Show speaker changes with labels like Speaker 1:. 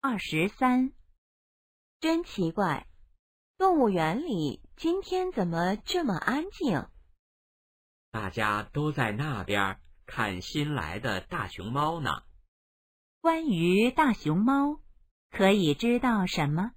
Speaker 1: 二十三，真奇怪，动物园里今天怎么这么安静？
Speaker 2: 大家都在那边看新来的大熊猫呢。
Speaker 1: 关于大熊猫，可以知道什么？